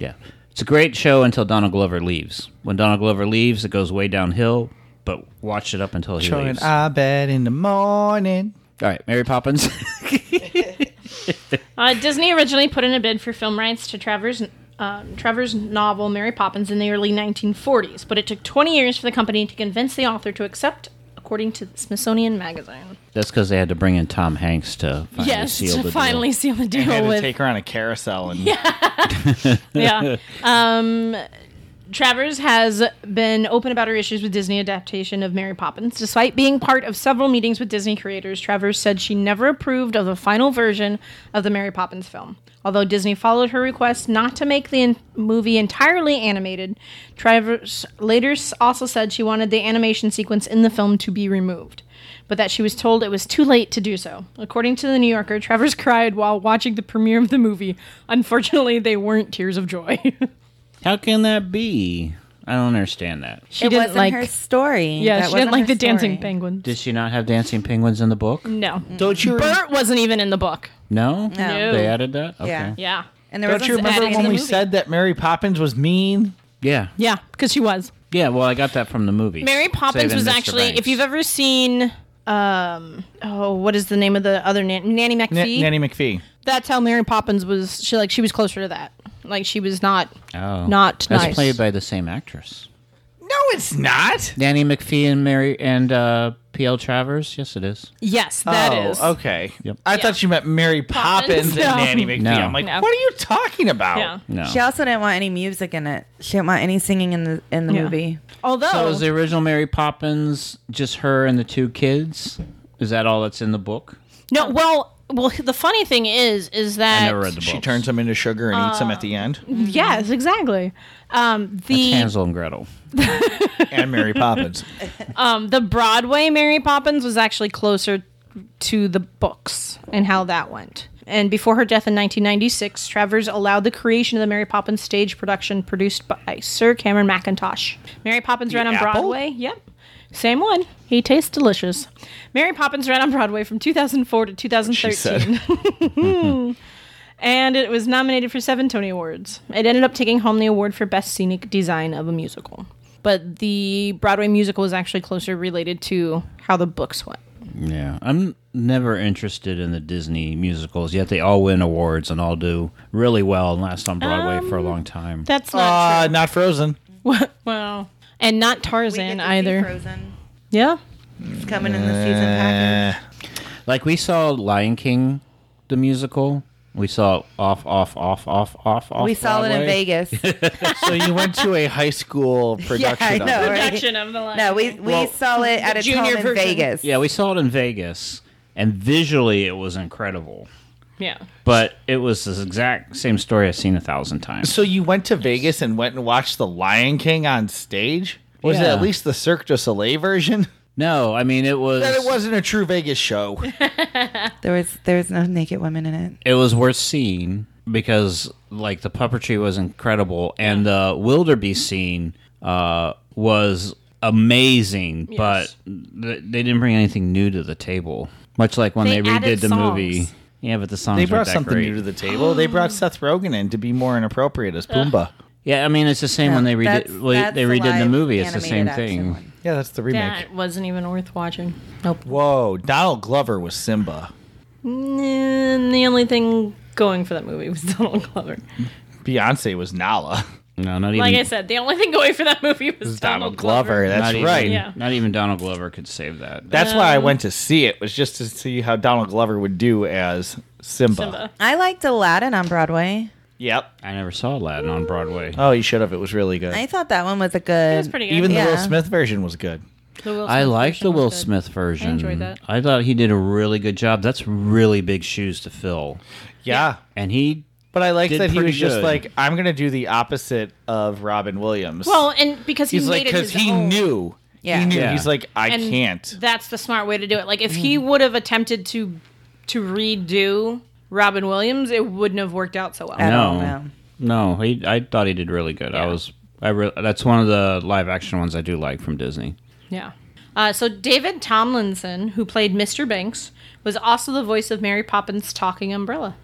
Yeah, It's a great show until Donald Glover leaves. When Donald Glover leaves, it goes way downhill, but watch it up until he
Throwing
leaves.
I bed in the morning.
All right, Mary Poppins.
Uh, Disney originally put in a bid for film rights to Trevor's, um, Trevor's novel Mary Poppins in the early 1940s, but it took 20 years for the company to convince the author to accept, according to Smithsonian Magazine.
That's because they had to bring in Tom Hanks to finally
yes,
seal the
to
deal.
finally seal the
I had
deal
to
with
take her on a carousel and
yeah. Um, Travers has been open about her issues with Disney adaptation of Mary Poppins. Despite being part of several meetings with Disney creators, Travers said she never approved of the final version of the Mary Poppins film. Although Disney followed her request not to make the in- movie entirely animated, Travers later s- also said she wanted the animation sequence in the film to be removed but that she was told it was too late to do so. According to the New Yorker, Travers cried while watching the premiere of the movie. Unfortunately, they weren't tears of joy.
How can that be? I don't understand that.
she
it
didn't
wasn't
like
her story.
Yeah,
That
she didn't
wasn't
like
her
the dancing
story.
penguins.
Did she Mm. not have dancing penguins in the book?
no.
don't you
Bert wasn't even in the book.
No,
No.
they added that. Okay.
Yeah.
Yeah.
And there
don't
was
you remember
added to
when
the
we
movie.
said that Mary Poppins was mean?
yeah,
Yeah, because she was.
Yeah, Well, I got that from the movie.
Mary Poppins
Saving
was
Mr.
actually,
Banks.
if you've ever seen, um, oh, what is the name of the other nan- Nanny
N-
McPhee?
Nanny McPhee.
That's how Mary Poppins was. She like she was closer to that. Like she was not.
oh,
Not
that's
nice.
played by the same actress,
No, it's not.
Nanny McPhee and Mary and uh, P.L. Travers. Yes, it is.
Yes, that
oh,
is.
okay.
Yep.
I thought you meant Mary Poppins,
Poppins?
and
No.
Nanny McPhee.
No.
I'm like,
No.
what are you talking about?
Yeah.
No.
She also didn't want any music in it. She didn't want any singing in the in the
Yeah.
movie.
Although
So is the original Mary Poppins just her and the two kids? Is that all that's in the book?
No, well, well, the funny thing is, is that
I never read the book.
She turns them into sugar and eats them at
Uh.
the end.
yes, exactly. Um, the
Hansel and Gretel.
and Mary Poppins.
um, the Broadway Mary Poppins was actually closer to the books and how that went. And before her death in 1996, Travers allowed the creation of the Mary Poppins stage production produced by Sir Cameron McIntosh. Mary Poppins ran on
apple?
Broadway. Yep. Same one. He tastes delicious. Mary Poppins ran on Broadway from 2004 to 2013.
She said.
and it was nominated for seven Tony Awards. It ended up taking home the award for Best Scenic Design of a Musical. But the Broadway musical is actually closer related to how the books went.
Yeah, I'm never interested in the Disney musicals. Yet they all win awards and all do really well and last on Broadway for a long time.
That's not
Uh, not Frozen.
true. Wow. And not Tarzan either.
Frozen.
Yeah.
It's coming in the season
Eh.
package.
Like we saw Lion King, the musical. We saw it off, off, off, off, off, off.
We saw it in
Broadway.
Vegas.
So you went to a high school
yeah, I
production.
know.
of it.
right?
Production of the Lion
No, we we saw it at its
junior
home in
version.
Vegas.
Yeah, we saw it in Vegas, and visually it was incredible.
Yeah.
But it was the exact same story I've seen a thousand times.
So you went to Vegas and went and watched The Lion King on stage? Was it
Yeah.
at least the Cirque du Soleil version?
No, I mean it was.
That it wasn't a true Vegas show.
There was there was no naked women in it.
it was worth seeing because like the puppetry was incredible and the wildebeest scene uh, was amazing but th- they didn't bring anything new to the table much like when
They
they,
added
redid the
songs.
movie yeah but the songs
they brought
weren't that
something
great.
new to the table. They brought Seth Rogen in to be more inappropriate as Pumbaa.
yeah i mean it's the same
No,
when they redid
that's-
well,
that's
they
a
redid the
live
movie it's the
animated
same
action
thing
one.
Yeah, that's the remake.
That wasn't even worth watching. Nope.
Whoa, Donald Glover was Simba.
And the only thing going for that movie was Donald Glover.
Beyonce was Nala.
no not even
Like I said, the only thing going for that movie was Donald, Glover.
That's
not
right.
even,
Yeah.
not even donald glover could save that
That's why I
Um,
went to see it was just to see how Donald Glover would do as Simba.
Simba.
I liked Aladdin on Broadway.
Yep.
i never saw aladdin on broadway
Oh, you should have. It was really good.
I thought that one was a good.
It was pretty good.
even the Will
Yeah.
Smith version was good.
The Will
I
Smith
like
version
the
was
Will
good.
Smith version.
enjoyed that.
I thought he did a really good job. That's really big shoes to fill.
Yeah.
And he
But I like
Did
that he
pretty
was just
good.
like, I'm going to do the opposite of Robin Williams.
Well, and because he
he's
made
like,
it his
he
own.
knew.
Yeah.
He knew.
Yeah.
He's like, I
And
can't.
That's the smart way to do it. Like if he would have attempted to to redo Robin Williams, it wouldn't have worked out so well.
I don't
no.
know.
No, he I thought he did really good. I
Yeah.
was I re- that's one of the live action ones I do like from Disney.
Yeah. Uh, so David Tomlinson, who played Mr. Banks, was also the voice of Mary Poppins' talking umbrella.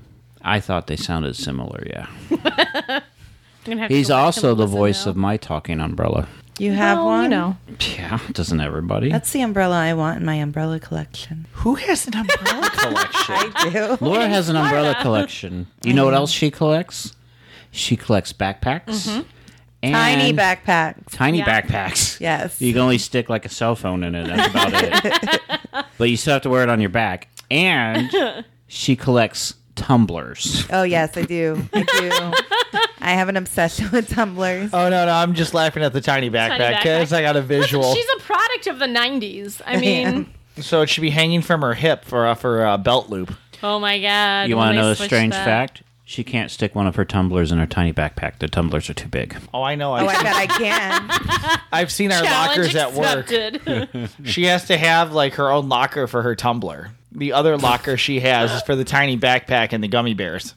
I thought they sounded similar, yeah.
gonna have to
He's
go back
also
and
the
listen
voice
now.
of my talking umbrella.
You have
Well,
one?
You know,
Yeah, doesn't everybody?
That's the umbrella I want in my umbrella collection.
Who has an umbrella collection?
I do.
Laura has an umbrella collection. You know what else she collects? She collects backpacks. And
Tiny backpacks.
Tiny
Yeah.
backpacks.
Yes.
You can only stick like a cell phone in it. That's about it. But you still have to wear it on your back. And she collects tumblers.
Oh yes, I do. I do. I have an obsession with tumblers.
Oh no, no, I'm just laughing at the tiny backpack because
backpack.
I got a visual.
she's a product of the '90s. I mean,
so it should be hanging from her hip for off her uh, belt loop.
oh my god!
You
when
want to
they
know a
switched
strange
that.
fact? She can't stick one of her tumblers in her tiny backpack. The tumblers are too big.
Oh, I know.
Oh,
I've,
I
seen,
bet I can.
I've seen our
Challenge
lockers at work.
accepted.
She has to have like her own locker for her tumbler. The other locker she has is for the tiny backpack and the gummy bears.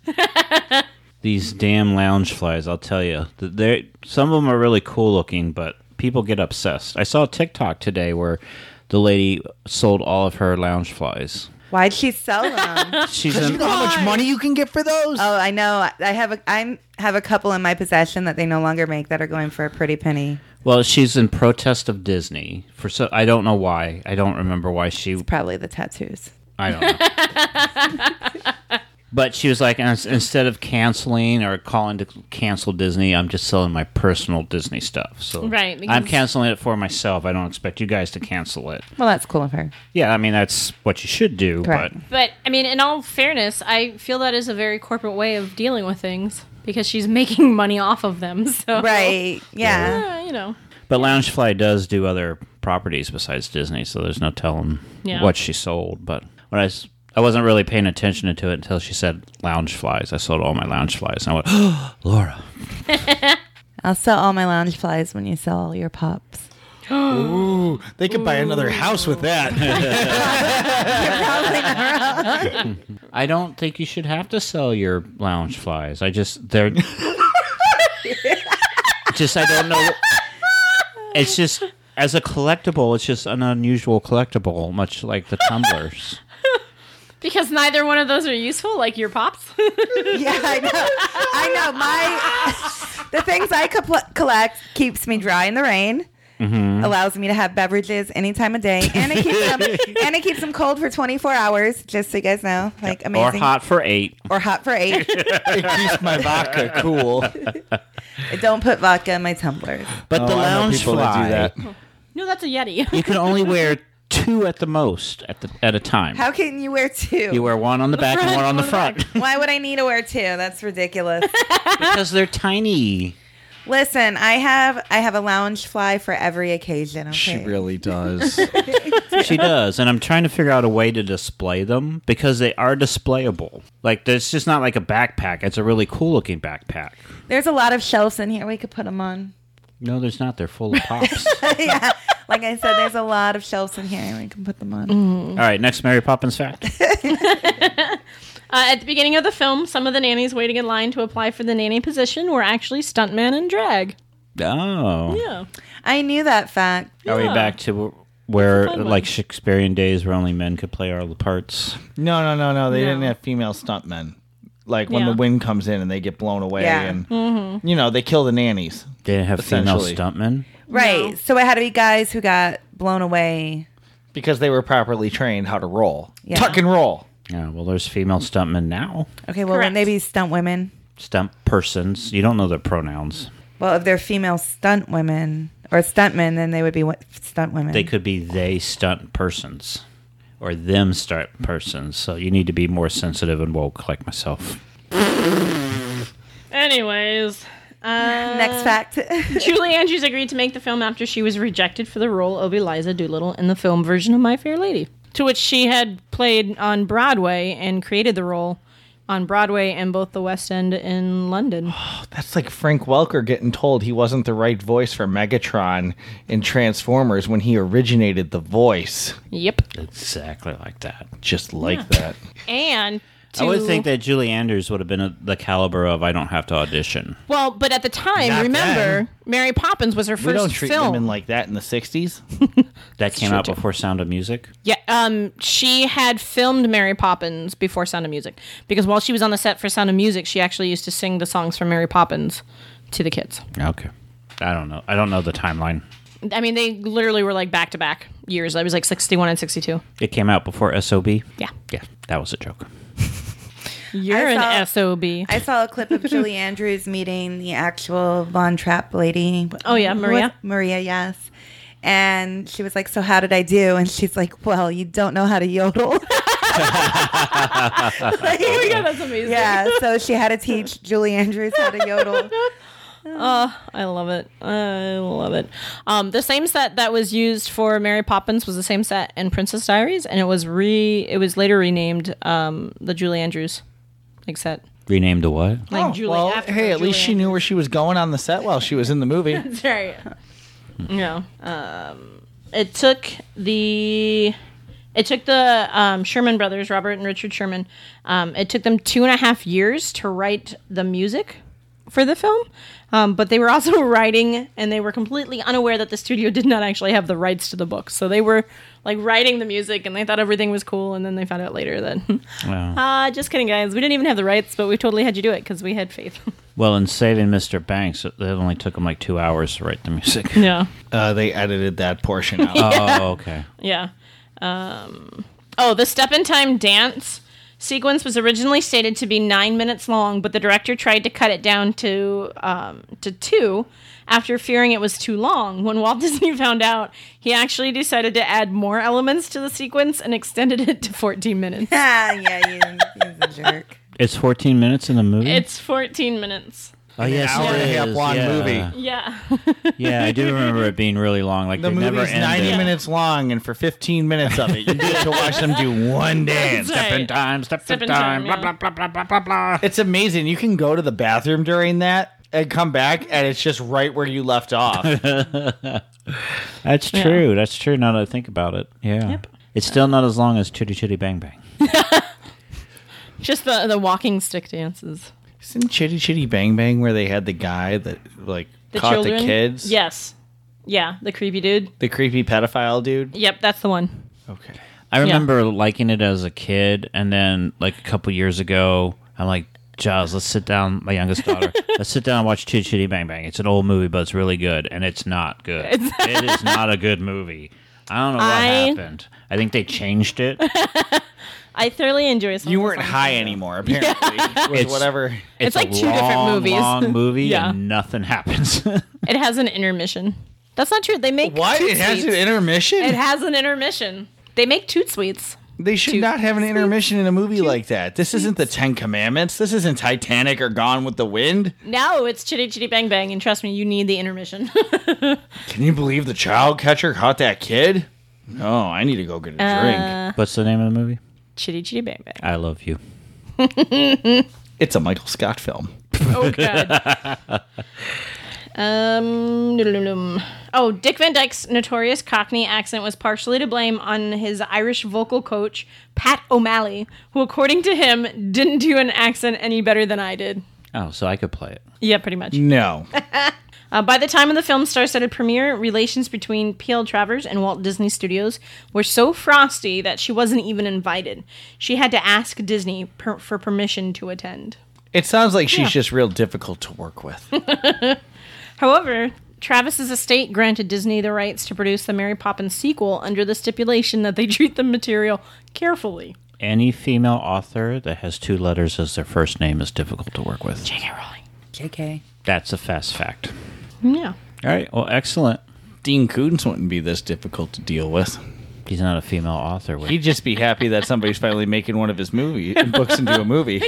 These damn lounge flies, I'll tell you. They some of them are really cool looking, but people get obsessed. I saw a TikTok today where the lady sold all of her lounge flies.
Why'd she sell them?
She's in,
How much money you can get for those?
Oh, I know. I have a I have a couple in my possession that they no longer make that are going for a pretty penny.
well, she's in protest of Disney for so I don't know why. I don't remember why she
Probably the tattoos.
I don't know. but she was like, "Ins- instead of canceling or calling to cancel Disney, I'm just selling my personal Disney stuff. So
Right,
I'm
because-
canceling it for myself. I don't expect you guys to cancel it.
Well, that's cool of her.
Yeah, I mean that's what you should do.
Correct.
But
But I mean, in all fairness, I feel that is a very corporate way of dealing with things because she's making money off of them. So
Right? Yeah.
Uh, you know,
but Loungefly does do other properties besides Disney, so there's no telling
Yeah.
what she sold. But when I was, I wasn't really paying attention to it until she said Loungeflies. I sold all my Loungeflies, and I went, oh, Laura.
I'll sell all my lounge flies when you sell all your pops.
They could buy another house with that.
I don't think you should have to sell your lounge flies. I just they're just I don't know. It's just as a collectible, it's just an unusual collectible, much like the tumblers.
because neither one of those are useful, like your pops.
Yeah, I know. I know. My the things I compl- collect keeps me dry in the rain.
Mm-hmm.
Allows me to have beverages any time of day, and it keeps them and it keeps them cold for 24 hours. Just so you guys know, like amazing
Or hot for eight.
or hot for eight.
it keeps my vodka cool.
Don't put vodka in my tumblers.
But the
Oh, I know
lounge
people that do
fly,
that.
no, that's a yeti.
you can only wear two at the most at the at a time.
How can you wear two?
you wear one on the, back and one on the front
Why would I need to wear two? That's ridiculous.
because they're tiny.
Listen, I have I have a lounge fly for every occasion. Okay.
She really does.
She does, and I'm trying to figure out a way to display them because they are displayable. Like it's just not like a backpack; it's a really cool looking backpack.
There's a lot of shelves in here. We could put them on.
No, there's not. They're full of pops.
yeah. Like I said, there's a lot of shelves in here. We can put them on.
All right, next Mary Poppins fact.
Uh, at the beginning of the film, some of the nannies waiting in line to apply for the nanny position were actually stuntman and drag.
Oh,
Yeah.
I knew that fact.
are we
Yeah.
back to wh- where
fun one.
like Shakespearean days where only men could play all the parts?
No, no, no, no. They
No.
didn't have female stuntmen. Like when
Yeah.
the wind comes in and they get blown away,
Yeah.
and you know they kill the nannies.
They didn't have female
Essentially.
stuntmen.
Right. So it had to be guys who got blown away.
because they were properly trained how to roll.
Yeah.
Tuck and roll.
Yeah, well, there's female stuntmen now.
Okay, well
Correct.
wouldn't they be stunt women?
Stunt persons. You don't know their pronouns.
Well, if they're female stunt women or stuntmen, then they would be wo- stunt women.
They could be they stunt persons or them stunt persons. So you need to be more sensitive and woke, like myself.
Anyways, Uh,
Next fact.
Julie Andrews agreed to make the film after she was rejected for the role of Eliza Doolittle in the film version of My Fair Lady, to which she had played on Broadway and created the role on Broadway and both the West End in London.
That's like Frank Welker getting told he wasn't the right voice for Megatron in Transformers when he originated the voice.
yep.
Exactly like that.
Just like that.
And
I would
to-
think that Julie Andrews would have been a, the caliber of I don't have to audition.
Well, but at the time,
Not
remember,
then.
Mary Poppins was her first
we don't treat
film.
women like that in the 60s.
That came out before Sound of Music.
Yeah, um, she had filmed Mary Poppins before Sound of Music because while she was on the set for Sound of Music, she actually used to sing the songs from Mary Poppins to the kids.
Okay. I don't know. I don't know the timeline.
I mean, they literally were like back to back years. I was like 61 and 62.
It came out before SOB.
Yeah.
Yeah, that was a joke.
You're
I
an
saw-
SOB.
I saw a clip of Julie Andrews meeting the actual Von Trapp lady.
Oh, yeah, Maria?
What- Maria, yes. And she was like, "So how did I do?" And she's like, "Well, you don't know how to
Oh
yodel." Like,
yeah, that's amazing.
yeah, so she had to teach Julie Andrews how to yodel.
I love it. I love it. Um, the same set that was used for Mary Poppins was the same set in Princess Diaries, and it was re. It was later renamed um, the Julie Andrews like set.
Renamed to what?
Like
Oh, well, hey, at least she knew where she was going on the set while she was in the movie.
That's right. no. Um, it took the. It took the um, Sherman brothers, Robert and Richard Sherman. Um, it took them two and a half years to write the music for the film, um, but they were also writing, and they were completely unaware that the studio did not actually have the rights to the book. So they were like writing the music, and they thought everything was cool, and then they found out later that, ah, just kidding, guys, we didn't even have the rights, but we totally had you do it because we had faith.
Well, in Saving Mr. Banks, it only took him like two hours to write the music.
yeah.
Uh, they edited that portion out.
Oh, okay.
Yeah. Um, oh, the step in time dance sequence was originally stated to be nine minutes long, but the director tried to cut it down to um, to two after fearing it was too long. When Walt Disney found out, he actually decided to add more elements to the sequence and extended it to 14 minutes.
ah, yeah, you, he's a jerk.
It's 14 minutes in the movie?
it's 14 minutes.
oh, yes,
hour
it
and a half
is.
long
yeah.
movie.
Yeah.
Yeah, I do remember it being really long. Like,
The
they never
movie's
ended.
90 minutes long, and for 15 minutes of it, you get to watch them do one dance.
That's
Step in
right.
time, step,
Step
in
in
time,
time,
blah, blah,
yeah.
blah, blah, blah, blah, blah.
It's amazing. You can go to the bathroom during that and come back, and it's just right where you left off.
That's true. That's true now that I think about it. Yeah.
Yep.
It's still not as long as Chitty Chitty Bang Bang.
Just the, the walking stick dances.
Isn't Chitty Chitty Bang Bang where they had the guy that like
The
caught
children.
the kids?
Yes. Yeah, the creepy dude.
The creepy pedophile dude?
Yep, that's the one.
Okay.
I remember liking it as a kid, and then like a couple years ago, I'm like, Jaws, let's sit down, my youngest daughter, let's sit down and watch Chitty Chitty Bang Bang. It's an old movie, but it's really good, and it's not good. it is not a good movie. I don't know what
I-
happened. I think they changed it.
I thoroughly enjoy some
You
of the
weren't
songs.
high anymore, apparently. with
It's-
whatever.
It's,
like
a
two different
long,
movies.
Long movie,
Yeah.
and nothing happens.
It has an intermission. That's not true. They make
What?
Toot
It has an
Sweets.
intermission?
It has an intermission. They make toot sweets.
they should
Toot
not have an intermission in a movie like that. This isn't the Ten Commandments. This isn't Titanic or Gone with the Wind.
No, it's chitty chitty bang bang, and trust me, you need the intermission.
Can you believe the child catcher caught that kid? No, I need to go get a drink.
What's the name of the movie?
chitty chitty bang bang.
I Love You.
It's a Michael Scott film.
Oh god. um. doo-doo-doo-doo. Oh, Dick Van Dyke's notorious Cockney accent was partially to blame on his Irish vocal coach Pat O'Malley, who, according to him, didn't do an accent any better than I did.
Oh, so I could play it.
Yeah, pretty much.
No.
Uh, by the time of the film star studded premiere, relations between P.L. Travers and Walt Disney Studios were so frosty that she wasn't even invited. She had to ask Disney per- for permission to attend.
It sounds like she's just real difficult to work with.
However, Travis's estate granted Disney the rights to produce the Mary Poppins sequel under the stipulation that they treat the material carefully.
Any female author that has two letters as their first name is difficult to work with.
J.K. Rowling.
Jk.
That's a fast fact.
Yeah.
All right. Well, excellent.
Dean Koontz wouldn't be this difficult to deal with.
He's not a female author. would he?
He'd just be happy that somebody's finally making one of his movie books into a movie.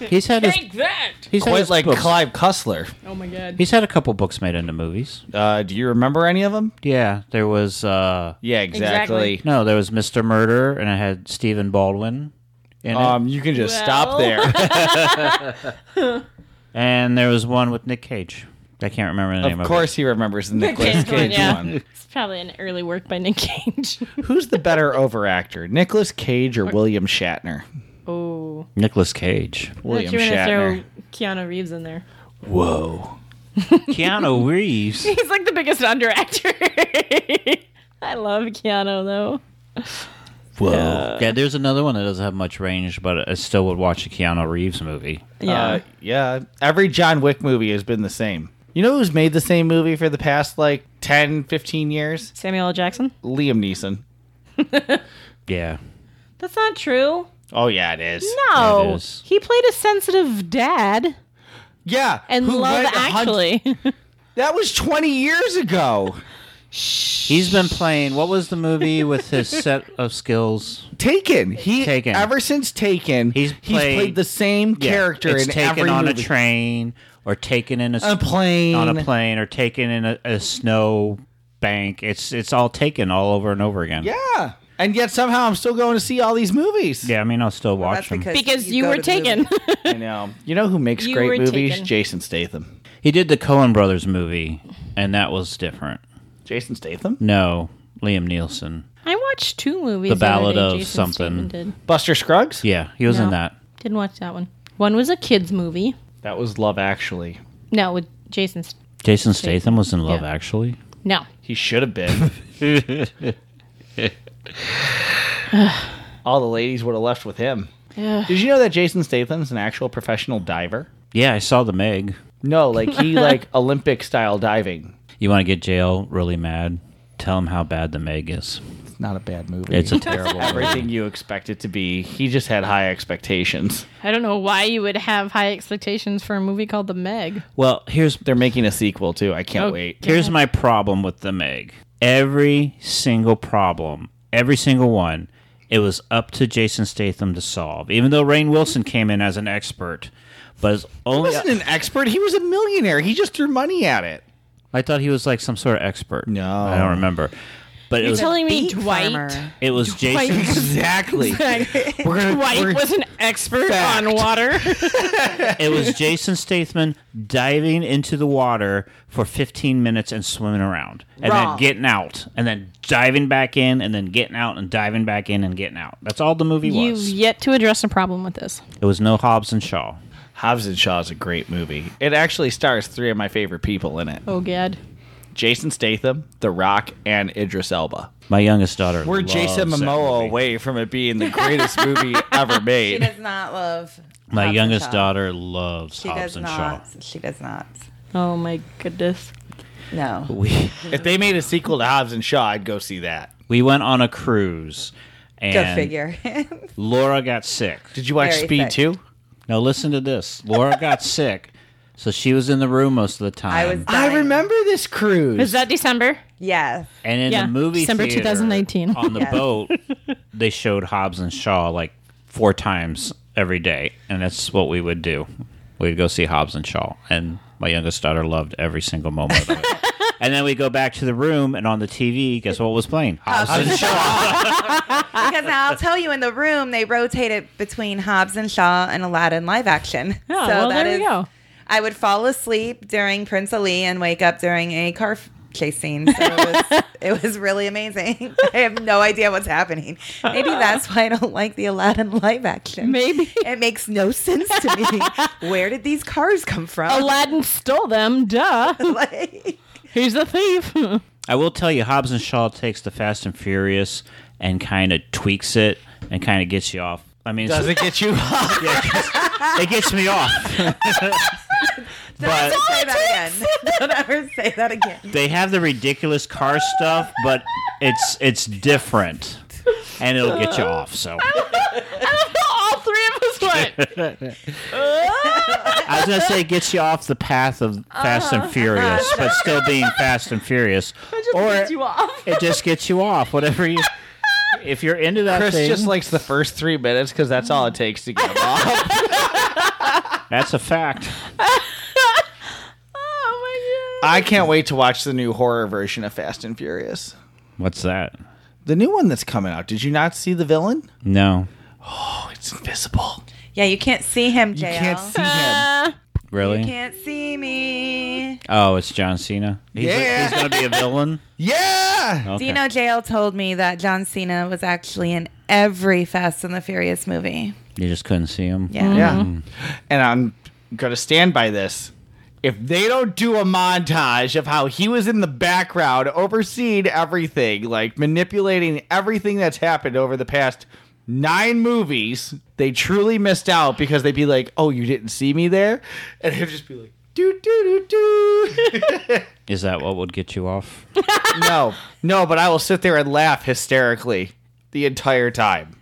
He's had his,
that!
he's had
Quite
his
like
books-
Clive Cussler.
Oh my god.
He's had a couple books made into movies.
Uh, do you remember any of them?
Yeah, there was uh
Yeah, exactly.
no, there was Mr. Murder, and I had Stephen Baldwin in it,
Um, you can just stop there.
and there was one with Nick Cage. I can't remember the name
of course, he remembers the Nicolas
Cage one,
Cage
yeah.
one.
It's probably an early work by Nick Cage.
Who's the better over actor, Nicolas Cage or William Shatner?
oh.
it. Nicholas Cage,
William
You're gonna
Shatner.
throw Keanu Reeves in there.
Oh.
Whoa.
Keanu Reeves.
He's like the biggest under actor. I love Keanu though.
Whoa. Yeah. there's another one that doesn't have much range, but I still would watch a Keanu Reeves movie.
Yeah.
Uh, yeah. Every John Wick movie has been the same. You know who's made the same movie for the past like 10, 15 years?
Samuel L. Jackson?
Liam Neeson.
Yeah.
That's not true.
Oh, yeah, it is.
No.
It is.
He played a sensitive dad
Yeah.
and
who
Love
went a hun-
Actually.
that was 20 years ago.
He's been playing. What was the movie with his set of skills?
Taken. He
Taken.
Ever since Taken,
He's played-
the same
Yeah,
character
it's
in
taken
every
on
movie.
a train or taken in a,
A plane.
on a plane or taken in a, a snow bank. It's it's all taken all over and over again.
Yeah. And yet somehow I'm still going to see all these movies.
Yeah, I mean, I'll still watch him.
because you,
go
were
to the
taken.
movie.
I know. You know who makes
You were
great movies?
taken.
Jason Statham.
He did the Coen Brothers movie, and that was different.
Jason Statham?
No, Liam Nielsen.
I watched two movies.
The
other
Ballad
day
of
Jason
something.
Statham Did.
Buster Scruggs?
Yeah, he was in
No.
that.
Didn't watch that one. One was a kids movie.
That was Love Actually.
No, with Jason. St-
Jason Statham was in Love
Yeah.
Actually.
No.
He should have been. All the ladies would have left with him. Did you know that Jason Statham's an actual professional diver?
Yeah, I saw the Meg.
No, like he like Olympic style diving.
You want to get JL really mad? Tell him how bad the Meg is.
It's not a bad movie.
It's a terrible.
everything you expect it to be. He just had high expectations.
I don't know why you would have high expectations for a movie called The Meg.
well, here's
They're making a sequel too. I can't
Oh,
wait.
Here's my problem with the Meg. Every single problem, every single one, it was up to Jason Statham to solve. Even though Rain Wilson came in as an expert, but it's
He
only
wasn't an expert. He was a millionaire. He just threw money at it.
I thought he was like some sort of expert.
No.
I don't remember. But it
You're
was,
telling me
Beet
Dwight?
farmer.
it was Jason.
Exactly. we're gonna,
Dwight
we're-
was an expert
Fact.
on water.
It was Jason Statham diving into the water for 15 minutes and swimming around, and
Wrong.
then getting out, and then diving back in, and then getting out, and diving back in, and getting out. That's all the movie
You've
was.
yet to address a problem with this.
It was no Hobbs and Shaw.
Hobbs and Shaw is a great movie. It actually stars three of my favorite people in it:
Oh, God.
Jason Statham, The Rock, and Idris Elba.
My youngest daughter.
We're
loves
Jason
that
Momoa
movie.
away from it being the greatest movie ever
She
made.
does not love.
My
Hobbs and
youngest
Shaw.
daughter loves
She
Hobbs
does
and
not. She does not.
Oh, my goodness.
No.
Shaw. We
If they made a sequel to Hobbs and Shaw, I'd go see that.
we went on a cruise, and
Go figure.
Laura got sick.
Did you watch
Very
Speed
thick.
Two?
Now listen to this. Laura got sick, so she was in the room most of the time.
I was.
I
dying.
remember this cruise.
Is that December?
Yes.
and in
Yeah,
the movie
December
theater,
2019.
on the
Yes.
boat, they showed Hobbs and Shaw like four times every day, and that's what we would do. We'd go see Hobbs and Shaw, and my youngest daughter loved every single moment of it. and then we go back to the room, and on the TV, guess what was playing? Hobbs and
Because I'll tell you, in the room they rotated between Hobbs and Shaw and Aladdin live action.
Yeah, well,
that
there you
is-
go.
I would fall asleep during Prince Ali and wake up during a car f- chase scene. So it was, it was really amazing. I have no idea what's happening. Maybe that's why I don't like the Aladdin live action.
Maybe.
It makes no sense to me. Where did these cars come from?
Aladdin stole them. Duh.
Like-
He's a thief.
I will tell you, Hobbs and Shaw takes the Fast and Furious and kind of tweaks it and kind of gets you off. I mean,
Does
it's-
it get you?
yeah, it, gets, it gets me off. but
say that again. Don't ever say that again.
they have the ridiculous car stuff, but it's it's different, and it'll get you off. So
All three of us went.
I was gonna say it gets you off the path of Fast
Uh-huh.
and Furious, but still being Fast and Furious, or
you off.
it just gets you off. Whatever you, if you're into that
Chris
thing,
just likes the first three minutes because that's all it takes to get him off.
that's a fact.
Oh, my God.
I can't wait to watch the new horror version of Fast and Furious.
What's that?
The new one that's coming out. Did you not see the villain?
No,
Oh, it's invisible.
Yeah, you can't see him, JL.
You can't see him.
really?
Can't see me.
Oh, it's John Cena. He's,
Yeah.
he's gonna be a villain.
Yeah.
Okay.
Do you know JL told me that John Cena was actually in every Fast and the Furious movie?
You just couldn't see him.
Yeah.
Yeah. And I'm going to stand by this. if they don't do a montage of how he was in the background overseeing everything, like manipulating everything that's happened over the past nine movies, they truly missed out because they'd be like, "Oh, you didn't see me there," and it'd just be like, "Do do do do."
Is that what would get you off?
no, no, but I will sit there and laugh hysterically the entire time.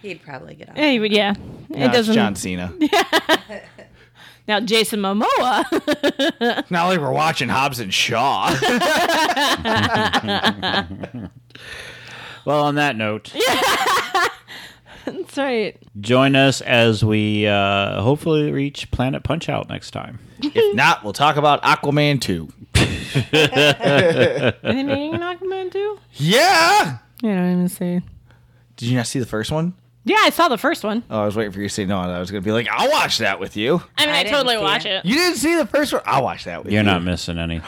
He'd probably get off.
Yeah, you would- yeah.
No,
it
it's
doesn't.
John Cena.
Now Jason Momoa.
Not like we're watching Hobbs and Shaw.
Well, on that note,
That's right.
join us as we uh, hopefully reach Planet Punch Out next time.
if not, we'll talk about Aquaman 2.
Are they making an Aquaman too?
Yeah!
I don't even see.
Did you not see the first one?
Yeah, I saw the first one.
Oh, I was waiting for you to say no. and I was going to be like, I'll watch that with you.
I mean, I,
didn't
totally
see
watch it.
You didn't see the first one? I'll watch that with
You're
you.
not missing any.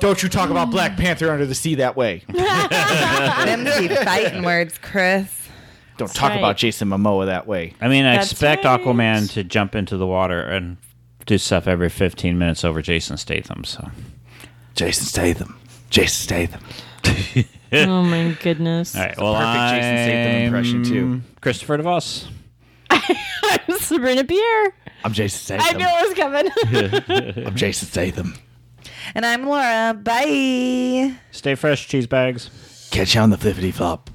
Don't you talk about Black Panther under the sea that way.
Them keep fighting words, Chris.
Don't talk
right.
about Jason Momoa that way.
I mean, I
That's
expect
right.
Aquaman to jump into the water and do stuff every 15 minutes over Jason Statham. So
Jason Statham. Jason Statham.
Oh my goodness.
All right. well,
perfect Jason Statham impression,
I'm
too.
Christopher DeVos.
Sabrina Pierre.
I'm Jason
I
Statham.
knew it was coming.
I'm Jason Statham.
And I'm Laura. Bye.
Stay fresh, cheese bags.
Catch you on the flippity flop.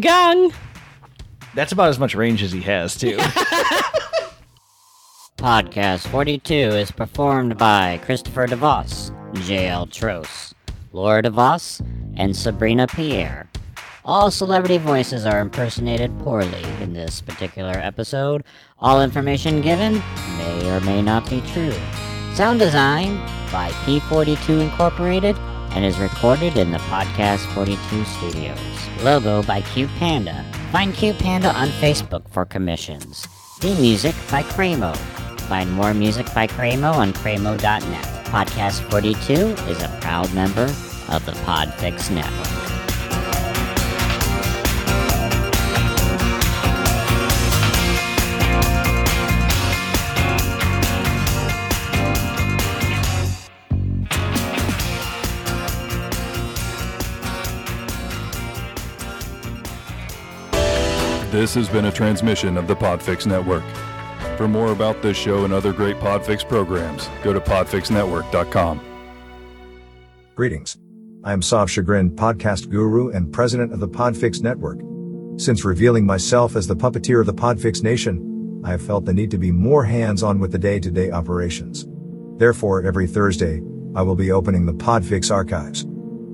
Gong.
That's about as much range as he has, too.
Podcast 42 is performed by Christopher DeVos, JL Tros, Laura DeVos, and Sabrina Pierre. All celebrity voices are impersonated poorly in this particular episode. All information given may or may not be true. Sound design by P42 Incorporated and is recorded in the Podcast 42 studios. Logo by Cute Panda. Find Cute Panda on Facebook for commissions. Theme music by Cramo. Find more music by Cramo on Cramo.net. Podcast 42 is a proud member of the Podfix Network.
This has been a transmission of the Podfix Network. For more about this show and other great Podfix programs, go to podfixnetwork.com.
Greetings. I am Sav Chagrin, podcast guru and president of the Podfix Network. Since revealing myself as the puppeteer of the Podfix Nation, I have felt the need to be more hands on with the day to day operations. Therefore, every Thursday, I will be opening the Podfix archives,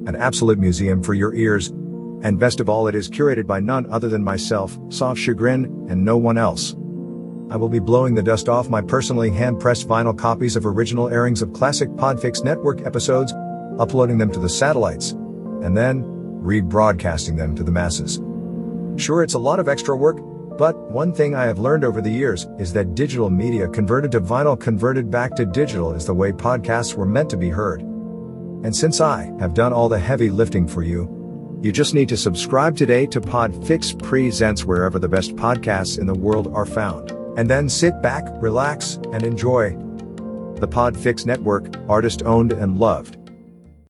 an absolute museum for your ears. And best of all, it is curated by none other than myself, Sav Chagrin, and no one else. I will be blowing the dust off my personally hand pressed vinyl copies of original airings of classic Podfix Network episodes, uploading them to the satellites, and then rebroadcasting them to the masses. Sure, it's a lot of extra work, but one thing I have learned over the years is that digital media converted to vinyl converted back to digital is the way podcasts were meant to be heard. And since I have done all the heavy lifting for you, you just need to subscribe today to Podfix Presents wherever the best podcasts in the world are found. And then sit back, relax, and enjoy. The Podfix Network, artist owned and loved.